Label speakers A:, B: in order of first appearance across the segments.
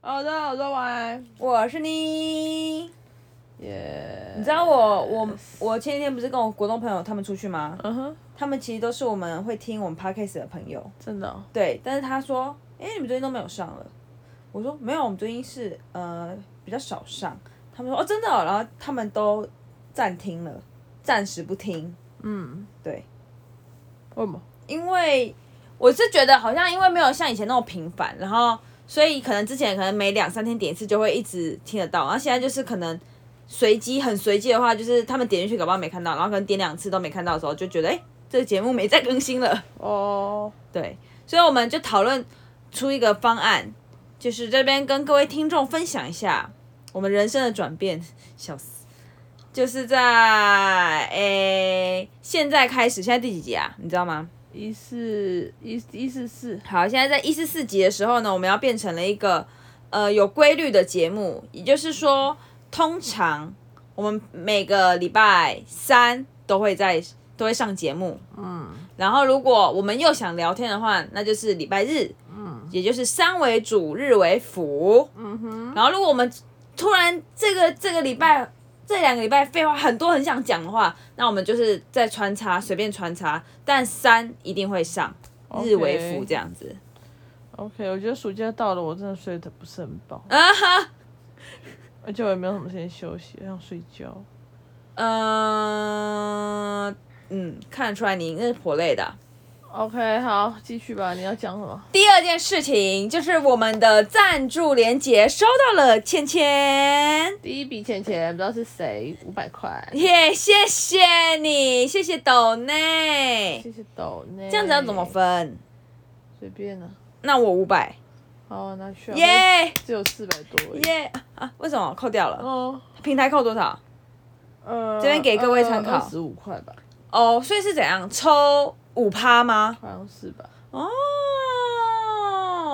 A: 好的，哦好的，晚安。
B: 我是你。
A: 耶、
B: 你知道我我我前几天不是跟我国中朋友他们出去吗？
A: 嗯哼，
B: 他们其实都是我们会听我们 podcast 的朋友。
A: 真的哦、
B: 对，但是他说，哎、你们最近都没有上了。我说没有，我们最近是呃比较少上。他们说哦，真的哦、然后他们都暂停了，暂时不听。
A: 嗯，
B: 对，
A: 为什么？
B: 因为我是觉得好像因为没有像以前那么频繁，然后所以可能之前可能每两三天点一次就会一直听得到，然后现在就是可能随机很随机的话，就是他们点进去搞不好没看到，然后可能点两次都没看到的时候，就觉得哎、诶这个节目没再更新了，
A: 哦，
B: 对，所以我们就讨论出一个方案，就是这边跟各位听众分享一下我们人生的转变，笑死。就是在诶、现在开始，现在第几集啊？你知道吗？
A: 一四一一四四，
B: 好，现在在一四四集的时候呢，我们要变成了一个呃有规律的节目，也就是说，通常我们每个礼拜三都会在都会上节目，
A: 嗯
B: 然后如果我们又想聊天的话，那就是礼拜日，
A: 嗯
B: 也就是三为主，日为辅。
A: 嗯哼，
B: 然后如果我们突然这个这个礼拜这两个礼拜废话很多，很想讲的话，那我们就是再穿插随便穿插，但三一定会上，日为辅这
A: 样。
B: 样子。
A: OK，我觉得暑假到了，我真的睡得不是很饱，
B: 啊哈。
A: 而且我也没有什么时间休息，我想睡觉。
B: 嗯嗯，看得出来你应该是颇累的。
A: OK，好，继续吧，你要讲什么？
B: 第二件事情就是我们的赞助连结收到了，芊芊，
A: 第一笔钱钱不知道是谁，五百块，
B: 耶、谢谢你，谢谢斗内。
A: 谢谢抖内。
B: 这样子要怎么？分？
A: 随便啊，
B: 那我五百，
A: 好，拿去啊。
B: 耶
A: 只有四百多而已。
B: 耶啊！为什么扣掉了？
A: 哦，
B: 平台扣多少？
A: 呃，
B: 这边给各位参考
A: 十五块吧，
B: 哦，所以是怎样抽五趴吗？
A: 好像是吧。
B: 哦，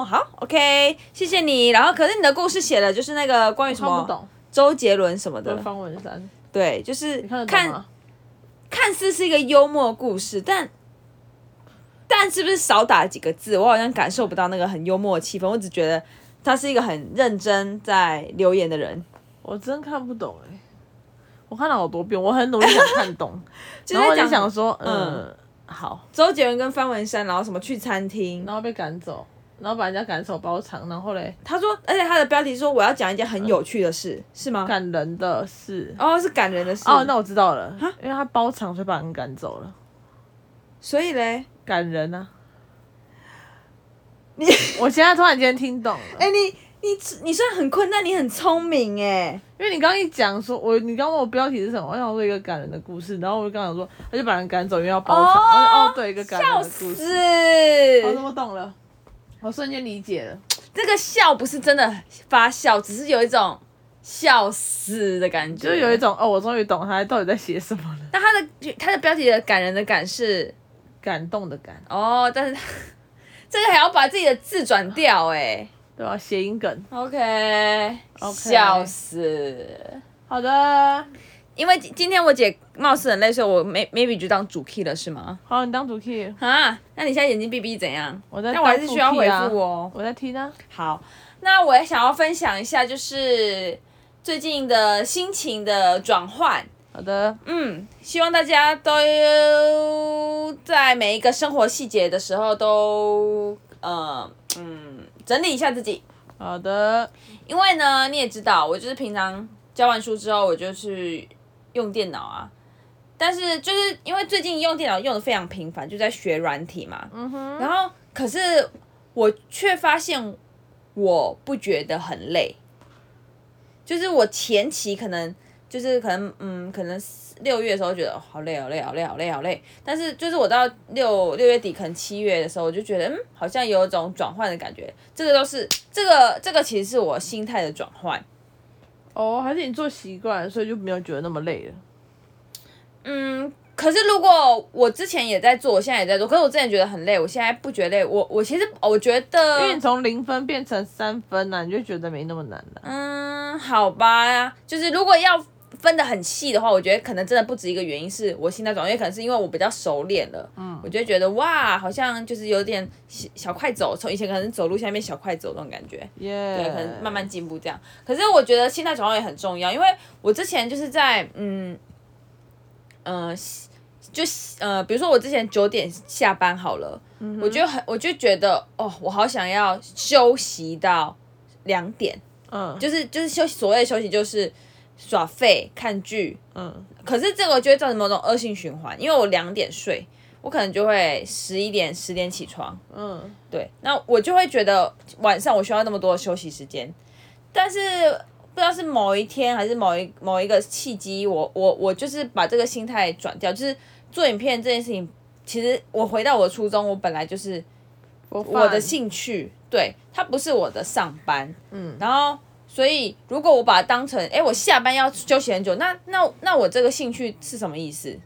B: 好，OK，谢谢你。然后，可是你的故事写的就是那个关于什
A: 看不
B: 么
A: 懂，
B: 周杰伦什么
A: 这
B: 的
A: 是，方文山，
B: 对，就是
A: 你看得懂
B: 看
A: 吗？
B: 看似是一个幽默故事，但但是不是少打几个字，我好像感受不到那个很幽默的气氛。我只觉得他是一个很认真在留言的人，
A: 我真看不懂哎、我看了好多遍，我很努力想看懂，
B: 就
A: 然后
B: 是
A: 我
B: 在
A: 就想
B: 讲
A: 说，嗯，好，
B: 周杰伦跟方文山，然后什么去餐厅。
A: 然后被赶走，然后把人家赶走包场，然后嘞，
B: 他说，而且他的标题说我要讲一件很有趣的事，是吗？
A: 感人的事。
B: 哦，啊是感人的事。
A: 哦，那我知道了，因为他包场，所以把人赶走了，
B: 所以嘞，
A: 感人啊！
B: 你
A: 我现在突然间听懂了，
B: 哎、你你你虽然很困，但你很聪明哎。
A: 因为你刚刚一讲说，我你刚问我标题是什么，我想说一个感人的故事，然后我就刚想说，他就把人赶走，因为要包场，我就哦，对，一个感人
B: 笑
A: 的故
B: 死
A: 事，！哦我懂了，我瞬间理解了。
B: 这个笑不是真的发笑，只是有一种笑死的感觉，
A: 就是有一。种哦，我终于懂他到底在写什么了，
B: 但他的他的标题的感人的感是
A: 感动的感，
B: 哦，但是 这个还要把自己的字转掉哎。
A: 对吧、谐音梗。
B: OK，,
A: OK
B: 笑死。
A: 好的，
B: 因为今今天我姐貌似很累，所以我 may, maybe 就当主 key 了，是吗？
A: 好，你当主 key，
B: 啊，那你现在眼睛闭闭怎样？
A: 我在
B: 但我还是
A: 当主
B: 需要
A: key
B: 回
A: 啊
B: 复哦。
A: 我在听啊。
B: 好，那我也想要分享一下，就是最近的心情的转换。
A: 好的，
B: 嗯，希望大家都在每一个生活细节的时候都，呃，嗯，整理一下自己。
A: 好的，
B: 因为呢，你也知道，我就是平常教完书之后，我就去用电脑啊。但是就是因为最近用电脑用的非常频繁，就在学软体嘛。
A: 嗯哼，
B: 然后，可是我却发现我不觉得很累，就是我前期可能就是可能嗯，可能四六月的时候觉得、哦、好累好累好累好累好累，但是就是我到六六月底可能七月的时候，我就觉得嗯，好像有一种转换的感觉。这个都是这个这个其实是我心态的转换。
A: 哦，还是你做习惯，所以就没有觉得那么累了。
B: 嗯，可是如果我之前也在做，我现在也在做，可是我之前觉得很累，我现在不觉得累。我我其实我觉得，
A: 因为你从零分啊变
B: 嗯
A: 成三分呐、你就觉得没那么难了、
B: 嗯，好吧，就是如果要分的很细的话，我觉得可能真的不止一个原因是我心态转变，也可能是因为我比较熟练了，嗯，我就会觉得哇，好像就是有点小小快走，从以前可能走路下面小快走那种感觉，
A: 耶，
B: 对，可能慢慢进步这样。可是我觉得心态转换也很重要，因为我之前就是在嗯嗯、呃就呃，比如说我之前九点下班好了，我就很我就觉得哦，我好想要休息到两点，
A: 嗯，
B: 就是就是休息，所谓的休息就是耍废、看剧。
A: 嗯
B: 可是这个就会造成某种恶性循环，因为我两点睡，我可能就会十一点、十点起床，
A: 嗯，
B: 对，那我就会觉得晚上我需要那么多的休息时间，但是不知道是某一天还是某一某一个契机，我我我就是把这个心态转掉，就是做影片这件事情，其实我回到我初衷，我本来就是我
A: 我
B: 的兴趣，对，它不是我的上班，
A: 嗯
B: 嗯，然后所以如果我把它当成，哎，我下班要休息很久，那那那我这个兴趣是什么意思？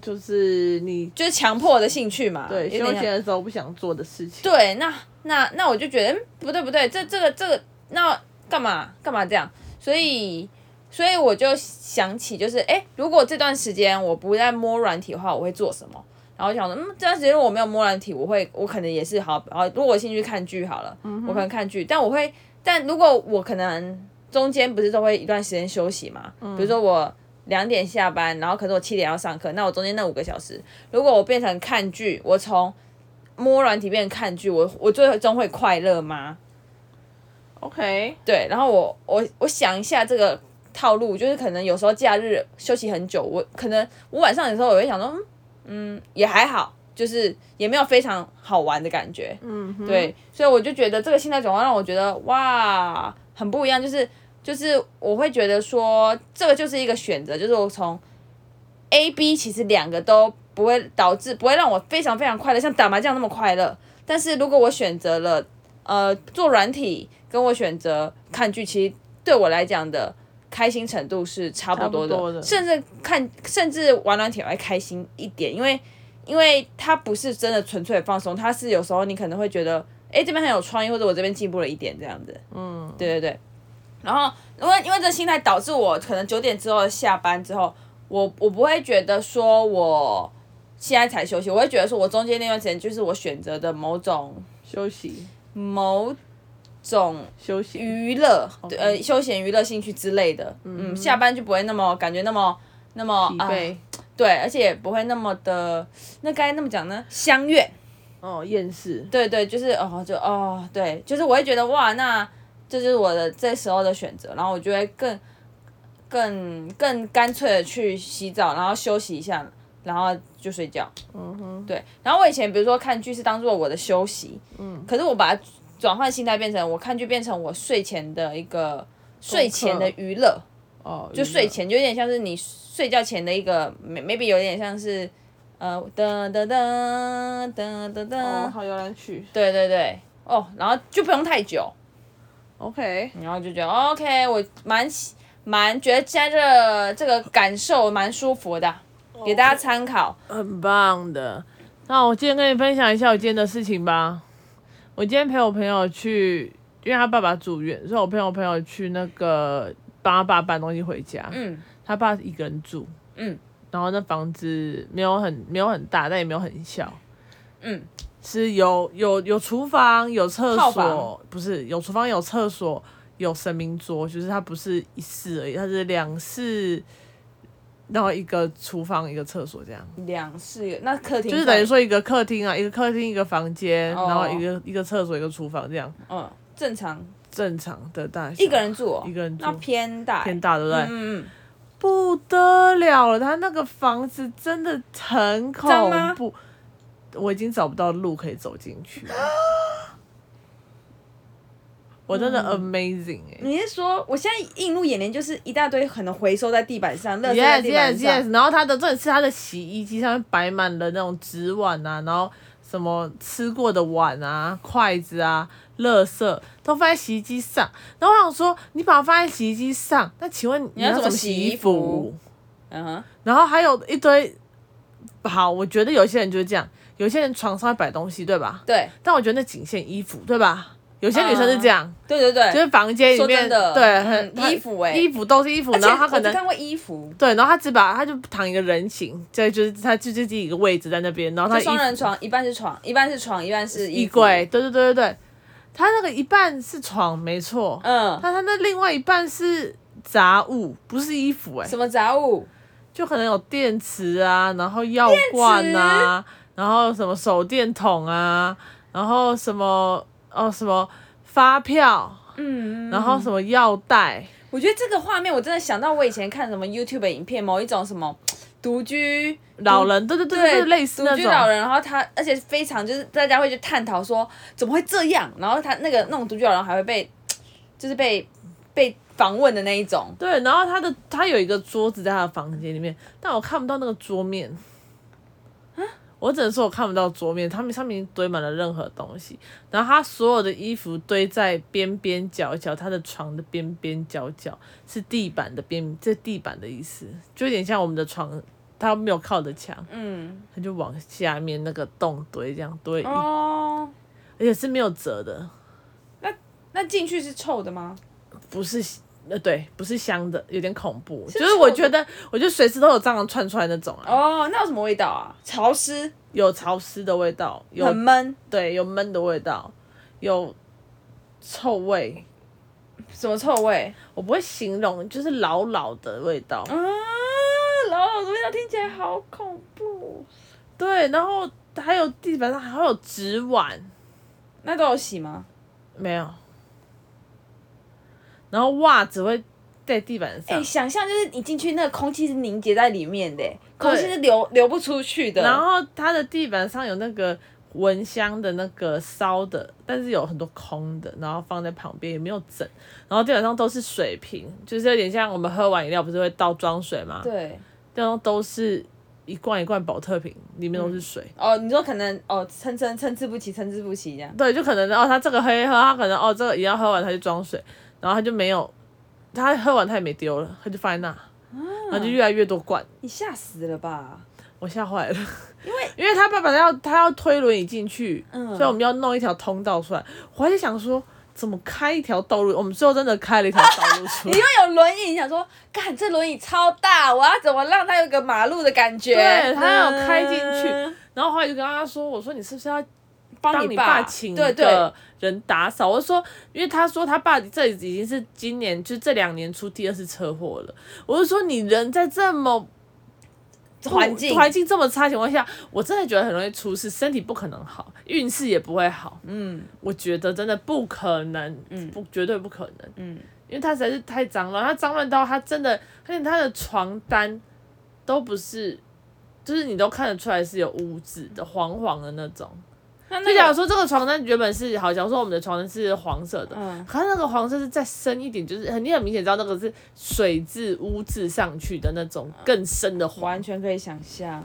A: 就是你
B: 就是强迫我的兴趣嘛，
A: 对
B: 有点
A: 休
B: 像
A: 闲的时候不想做的事情，
B: 对，那那那我就觉得，嗯，不对不对，这这个这个，那干嘛干嘛这样？所以所以我就想起，就是哎，诶如果这段时间我不再摸软体的话，我会做什么？然后我想说，嗯，这段时间我没有摸软体，我会我可能也是好好，如果我兴趣看剧好了，我可能看剧，但我会，但如果我可能中间不是都会一段时间休息嘛，比如说我。两点下班，然后可是我七点要上课，那我中间那五个小时，如果我变成看剧，我从摸软体变成看剧，我我最终会快乐吗？
A: ，OK，
B: 对，然后我我我想一下这个套路，就是可能有时候假日休息很久，我可能我晚上有时候我会想说，嗯嗯，也还好，就是也没有非常好玩的感觉，
A: 嗯哼，
B: 对，所以我就觉得这个心态转换让我觉得哇，很不一样，就是就是我会觉得说这个就是一个选择，就是我从 A、B 其实两个都不会导致不会让我非常非常快乐，像打麻将那么快乐。但是如果我选择了呃做软体，跟我选择看剧，其实对我来讲的开心程度是差不多的，
A: 差不多的
B: 甚至看甚至玩软体我还开心一点，因为因为它不是真的纯粹的放松，它是有时候你可能会觉得，哎，这边很有创意，或者我这边进步了一点这样子。
A: 嗯，
B: 对对对。然后，因为因为这心态导致我可能九点之后下班之后，我我不会觉得说我现在才休息，我会觉得说我中间那段时间就是我选择的某种
A: 休息
B: 某种
A: 休息，
B: 娱乐，对呃，休闲娱乐、兴趣之类的。嗯，下班就不会那么感觉那么那么
A: 疲
B: 啊，
A: 惫，
B: 对，而且也不会那么的，那该那么讲呢，相怨。
A: 哦，厌世，
B: 对对，就是哦，就哦，对，就是我会觉得哇，那这就是我的这时候的选择，然后我就会更更更干脆的去洗澡，然后休息一下，然后就睡觉。
A: 嗯哼，
B: 对，然后我以前比如说看剧是当做我的休息，
A: 嗯，
B: 可是我把它转换心态变成我看剧变成我睡前的一个睡前的娱乐，
A: 哦，
B: 就
A: 就
B: 睡，前就有点像是你睡觉前的一个，may-，maybe 有点像是呃噔噔噔噔噔
A: 哦，
B: 噔，
A: 好摇篮曲
B: 对对对，哦，然后就不用太久，
A: ，OK，
B: 然后就觉得哦 OK，我蛮喜蛮觉得现在这这个感受蛮舒服的，
A: 哦
B: 给大家参考。
A: 很棒的。那我今天跟你分享一下我今天的事情吧。我今天陪我朋友去，因为他爸爸住院，所以我陪我朋友去那个帮他爸搬东西回家。
B: 嗯
A: 他爸一个人住，
B: 嗯
A: 然后那房子没有很没有很大，但也没有很小，
B: 嗯
A: 是有有有厨房，有厕
B: 套
A: 所
B: 房，
A: 不是有厨房有厕所有神明桌，就是它不是一室而已，它是两室，然后一个厨房一个厕所这样。
B: 两室，那客厅
A: 就是
B: 在
A: 等于说一个客厅啊，一个客厅，一个房间，
B: 哦
A: 然后一个一个厕所，一个厨房，这样
B: 嗯正常
A: 正常的大小。
B: 一个人住、哦，
A: 一个人住
B: 那偏大欸
A: 偏大，对不对？
B: 嗯嗯
A: 不得了了，他那个房子真的很
B: 脏吗
A: 恐怖，我已经找不到路可以走进去 了。我真的 amazing 哎、
B: 嗯，你是说我现在映入眼帘就是一大堆可能回收在地板上，垃圾在
A: Yes,
B: 地板
A: yes,
B: 上
A: yes。然后它的重点是它的洗衣机上面摆满了那种纸碗啊，然后什么吃过的碗啊、筷子啊、垃圾都放在洗衣机上。然后我想说，你把它放在洗衣机上，那请问你
B: 要
A: 要怎
B: 怎
A: 么
B: 么洗
A: 衣
B: 衣
A: 服
B: 服？嗯哼，
A: 然后还有一堆，好，我觉得有些人就是这样，有些人床上会摆东西，对吧？
B: 对，
A: 但我觉得那仅限衣服，对吧？有些女生是这样，
B: 对对
A: 就
B: 对，
A: 是房间里
B: 嗯哎说
A: 面
B: 真的，
A: 对很
B: 嗯衣服哎、
A: 衣服都是衣服，
B: 而且
A: 然后她
B: 我
A: 可
B: 只
A: 能
B: 看过衣服，
A: 对，然后她只把她就躺一个人形，这就是她就就自己一个位置在那边，然后她
B: 就
A: 衣服
B: 双人床，一半是床，一半是床，一半是衣
A: 衣
B: 服
A: 柜，，对对对对对，她那个一半是床没错，
B: 嗯，
A: 但她那另外一半是杂物，不是衣服哎、
B: 什么杂物？
A: 就可能有电池啊，然后药罐啊，然后什么手电筒啊，然后什么哦什么发票，
B: 嗯，
A: 然后什么药袋，
B: 我觉得这个画面我真的想到我以前看什么 YouTube 的影片，某一种什么独居
A: 老人，对对对对，类似那
B: 独居老
A: 种。
B: 人，然后他而且非常就是大家会去探讨说怎么会这样，然后他那个那种独居老人还会被就是被被访问的那一种，
A: 对，然后他的他有一个桌子在他的房间里面，但我看不到那个桌面。我只能说我看不到桌面，他们上面已经堆满了任何东西，然后他所有的衣服堆在边边角角，他的床的边边角角是地板的边，这地板的意思，就有点像我们的床，它没有靠着墙，
B: 嗯，
A: 它就往下面那个洞堆这样堆，而
B: 哦，
A: 且是没有折的，
B: 那进去是臭的吗？
A: 不是。呃，对，不是香的，有点恐怖。
B: 是
A: 就是我
B: 臭的
A: 觉得，我觉得随时都有蟑螂窜出来那种啊，
B: 哦，那有什么味道啊？潮湿，
A: 有潮湿的味道，有
B: 很闷，
A: 对，有闷的味道，有臭味，
B: 什么臭味？
A: 我不会形容，就是老老的味道。
B: 啊，老老的味道听起来好恐怖。
A: 对，然后还有地板上还会有纸碗，
B: 那都有洗吗？
A: 没有。然后袜子会在地板
B: 哎、
A: 上，
B: 想象就是你进去，那个空气是凝结在里面的，空气
A: 对
B: 是流流不出去的。
A: 然后它的地板上有那个蚊香的那个烧的，但是有很多空的，然后放在旁边也没有整，然后地板上都是水瓶，就是有点像我们喝完饮料不是会倒装水吗？
B: 对，
A: 地上都是一罐一罐保特瓶，里面都是水。
B: 哦，你说可能哦，参参参差不齐，参差不齐这样。
A: 对，就可能哦，他这个喝一喝，他可能哦这个饮料喝完他就装水，然后他就没有，他喝完他也没丢了，他就放在那，然后就越来越多罐，
B: 你吓死了吧？
A: 我吓坏了。因为因为他爸爸要他要推轮椅进去，
B: 嗯
A: 所以我们要弄一条通道出来。我还在想说怎么开一条道路，我们最后真的开了一条道路出
B: 你
A: 来
B: 又。有轮椅，你想说，干这轮椅超大，我要怎么让它有个马路的感觉？
A: 对它要有开进去
B: 嗯
A: 然后后来就跟他说：“我说你是不是要
B: 帮
A: 帮
B: 你
A: 你
B: 爸
A: 爸请
B: 对
A: 一
B: 对，
A: 个人打扫。我就说，因为他说他爸这已经是今年就这两年出第二次车祸了。我就说你人在这么不
B: 环境
A: 环境这么差的情况下，我真的觉得很容易出事，身体不可能好，运势也不会好。
B: 嗯
A: 我觉得真的不可能，不绝对不可能，
B: 嗯，
A: 因为他实在是太脏乱，他脏乱到他真的，而且他的床单都不是。就是你都看得出来是有污渍的，黄黄的那种。
B: 那
A: 就
B: 那
A: 假如
B: 个
A: 说这个床单原本是好，假如说我们的床单是黄色的，
B: 嗯
A: 可是那个黄色是再深一点，就是很你很明显知道那个是水渍污渍上去的那种
B: 嗯
A: 更深的黄。
B: 完全可以想象。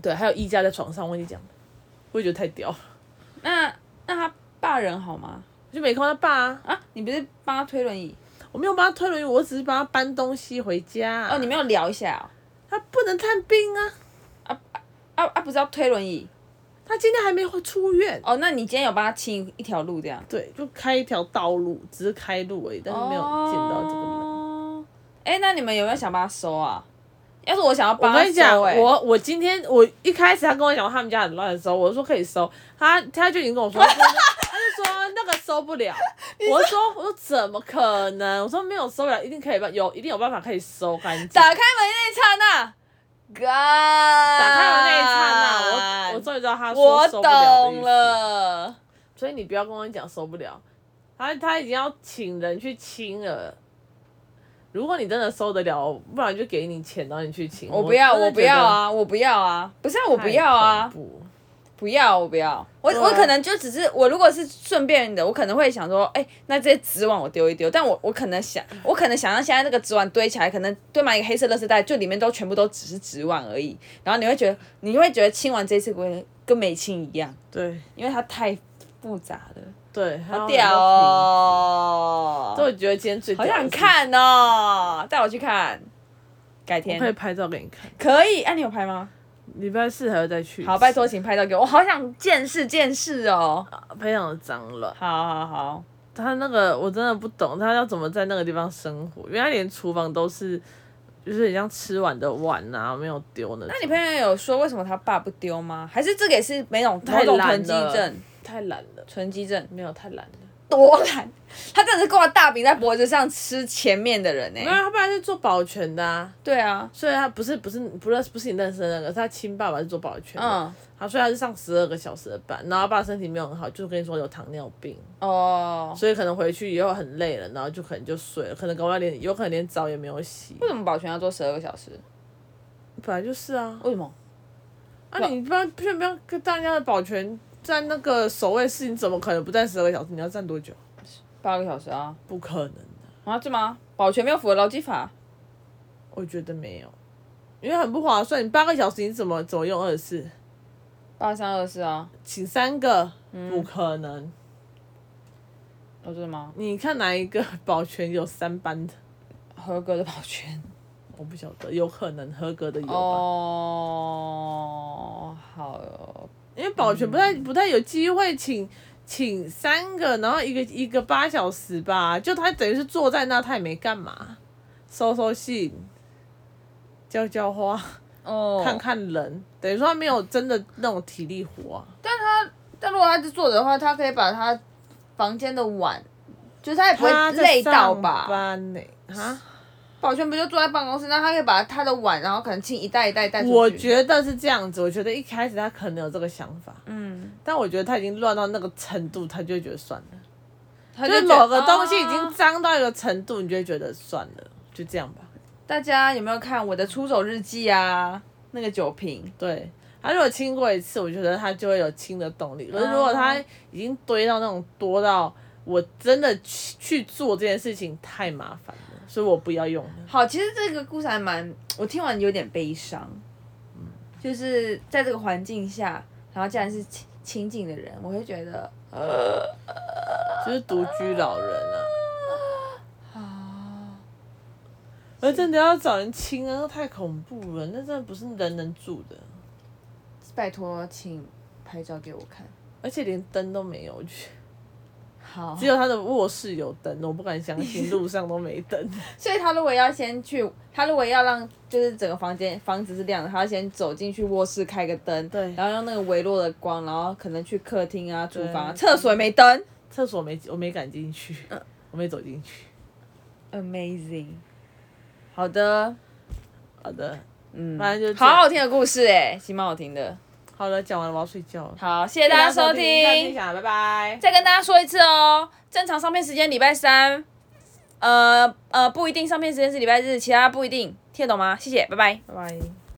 A: 对，还有衣架在床上，我跟你讲，我也觉得太屌了，
B: 那那他爸人好吗？
A: 我就没空他爸、啊，
B: 啊，你不是帮他推轮椅？
A: 我没有帮他推轮椅，我只是帮他搬东西回家。啊
B: 哦，你没有聊一下哦。
A: 他不能探病啊，
B: 啊啊，不是要推轮椅
A: 他今天还没出院。
B: 哦？那你今天有帮他清一条路这样？
A: 对，就开一条道路，只是开路而已，但是没有见到这个人。
B: 人。哎、那你们有没有想帮他收啊？要是我想要
A: 我
B: 帮他
A: 跟你讲，
B: 收、欸，
A: 我我今天我一开始他跟我讲他们家很乱的时候，我说可以收，他他就已经跟我说，他就说那个收不 了。我就说我说怎么可能？我说没有收不了，一定可以办，有一定有办法可以收干净。
B: 打开门那一刹那，God，
A: 打
B: 打
A: 开门那一刹那，我我终于知道他说
B: 我
A: 收不了的意
B: 懂
A: 思。
B: 了。
A: 所以你不要跟我讲收不了，他他已经要请人去清了。如果你真的收得了，不然就给你钱，然后你去清。
B: 我不要，
A: 真的
B: 我不要
A: 觉得
B: 啊，我不要啊，不是啊，我
A: 太
B: 不要啊
A: 恐，怖
B: 不要，我不要。我、
A: 对啊
B: 我可能就只是我如果是顺便的，我可能会想说，哎、那这些纸碗我丢一丢。但我我可能想，我可能想让现在那个纸碗堆起来，可能堆满一个黑色垃圾袋，就里面都全部都只是纸碗而已。然后你会觉得，你会觉得清完这一次跟跟没清一样，
A: 对。
B: 因为它太复杂了。
A: 对，好
B: 屌哦！
A: 所以我觉得今天最
B: 好
A: 屌的是，
B: 想看哦，带我去看，改
A: 我
B: 天
A: 可以拍照给你看。
B: 可以。哎、你有拍吗？
A: 礼拜四还要再去一次。
B: 好，拜托，请拍照给我，我好想见识见识哦。
A: 非常的脏乱。
B: 好好好，
A: 他那个我真的不懂，他要怎么在那个地方生活？原来连厨房都是，就是很像吃完的碗啊，没有丢那种。
B: 那你朋友有说为什么他爸不丢吗？还是这个也是没种某
A: 太
B: 种
A: 懒
B: 囤积
A: 了
B: 症？
A: 太懒了，
B: 囤积症
A: 没有太懒了。
B: 多懒，他真的是挂大饼在脖子上吃前面的人呢、欸
A: 没有，他本来是做保全的啊，
B: 对啊，
A: 所以他不是不是不认不是你认识的那个，是他亲爸爸是做保全的，
B: 嗯，
A: 他所以他是上十二个小时的班，然后他爸身体没有很好，就是跟你说有糖尿病，
B: 哦，
A: 所以可能回去以后很累了，然后就可能就睡了，可能搞不好连有可能连澡也没有洗，
B: 为什么保全要做十二个小时？
A: 本来就是啊，
B: 为什么？
A: 啊，你不要不要不要跟大家的保全站那个守卫室，你怎么可能不站十二个小时？你要站多久？
B: 八个小时啊？
A: 不可能的，
B: 啊，对吗？保全没有符合劳基法，
A: 我觉得没有，因为很不划算。你八个小时你怎么怎么用二十四？
B: 八三二四啊？
A: 请三个，不可能。
B: 哦，真的吗？
A: 你看哪一个 保全有三班的？
B: 合格的保全。
A: 我不晓得，有可能合格的有吧？
B: 哦，好哦，
A: 因为保全不
B: 嗯
A: 太不太有机会请请三个，然后一个一个八小时吧，就他等于是坐在那，他也没干嘛，收收信，浇浇花，
B: 哦
A: 看看人，等于说他没有真的那种体力活啊。
B: 但如果他是坐着的话，他可以把他房间的碗，就是他也不会
A: 他在
B: 累到
A: 上
B: 吧？
A: 班呢、啊，
B: 保全不就坐在办公室，那他可以把他的碗，然后可能清一袋一袋带出去。
A: 我觉得是这样子。我觉得一开始他可能有这个想法，
B: 嗯，
A: 但我觉得他已经乱到那个程度，他就会觉得算了。
B: 他
A: 就是
B: 觉得
A: 某个东西已经
B: 啊
A: 脏到一个程度，你就会觉得算了，就这样吧。
B: 大家有没有看我的出走日记啊？那个酒瓶，
A: 对，他如果清过一次，我觉得他就会有清的动力。可是如果他已经堆到那种多到我真的去去做这件事情太麻烦了，所以我不要用了。
B: 好，其实这个故事还蛮，我听完有点悲伤，就是在这个环境下，然后竟然是亲亲近的人，我会觉得
A: 就是独居老人啊，
B: 啊，
A: 而真的要找人清啊，那太恐怖了，那真的不是人能住的，
B: 拜托，请拍照给我看。
A: 而且连灯都没有，我去，
B: 好，
A: 只有他的卧室有灯，我不敢相信路上都没灯。
B: 所以他如果要先去，他如果要让就是整个房间房子是亮的，他要先走进去卧室开个灯，
A: 对
B: 然后用那个微弱的光，然后可能去客厅啊、厨房啊、
A: 对
B: 厕所也没灯
A: 厕所没我没敢进去，我没走进去。
B: ，amazing。好的，
A: 好的，
B: 嗯，
A: 反正就这
B: 好
A: 样
B: 好听的故事哎、其实蛮好听的。
A: 好了，讲完了，我要睡觉了。
B: 好，谢谢大家收听，
A: 下啊拜拜。
B: 再跟大家说一次哦，正常上片时间礼拜三，呃呃不一定上片时间是礼拜日，其他不一定，听得懂吗？谢谢，拜拜。
A: 拜拜。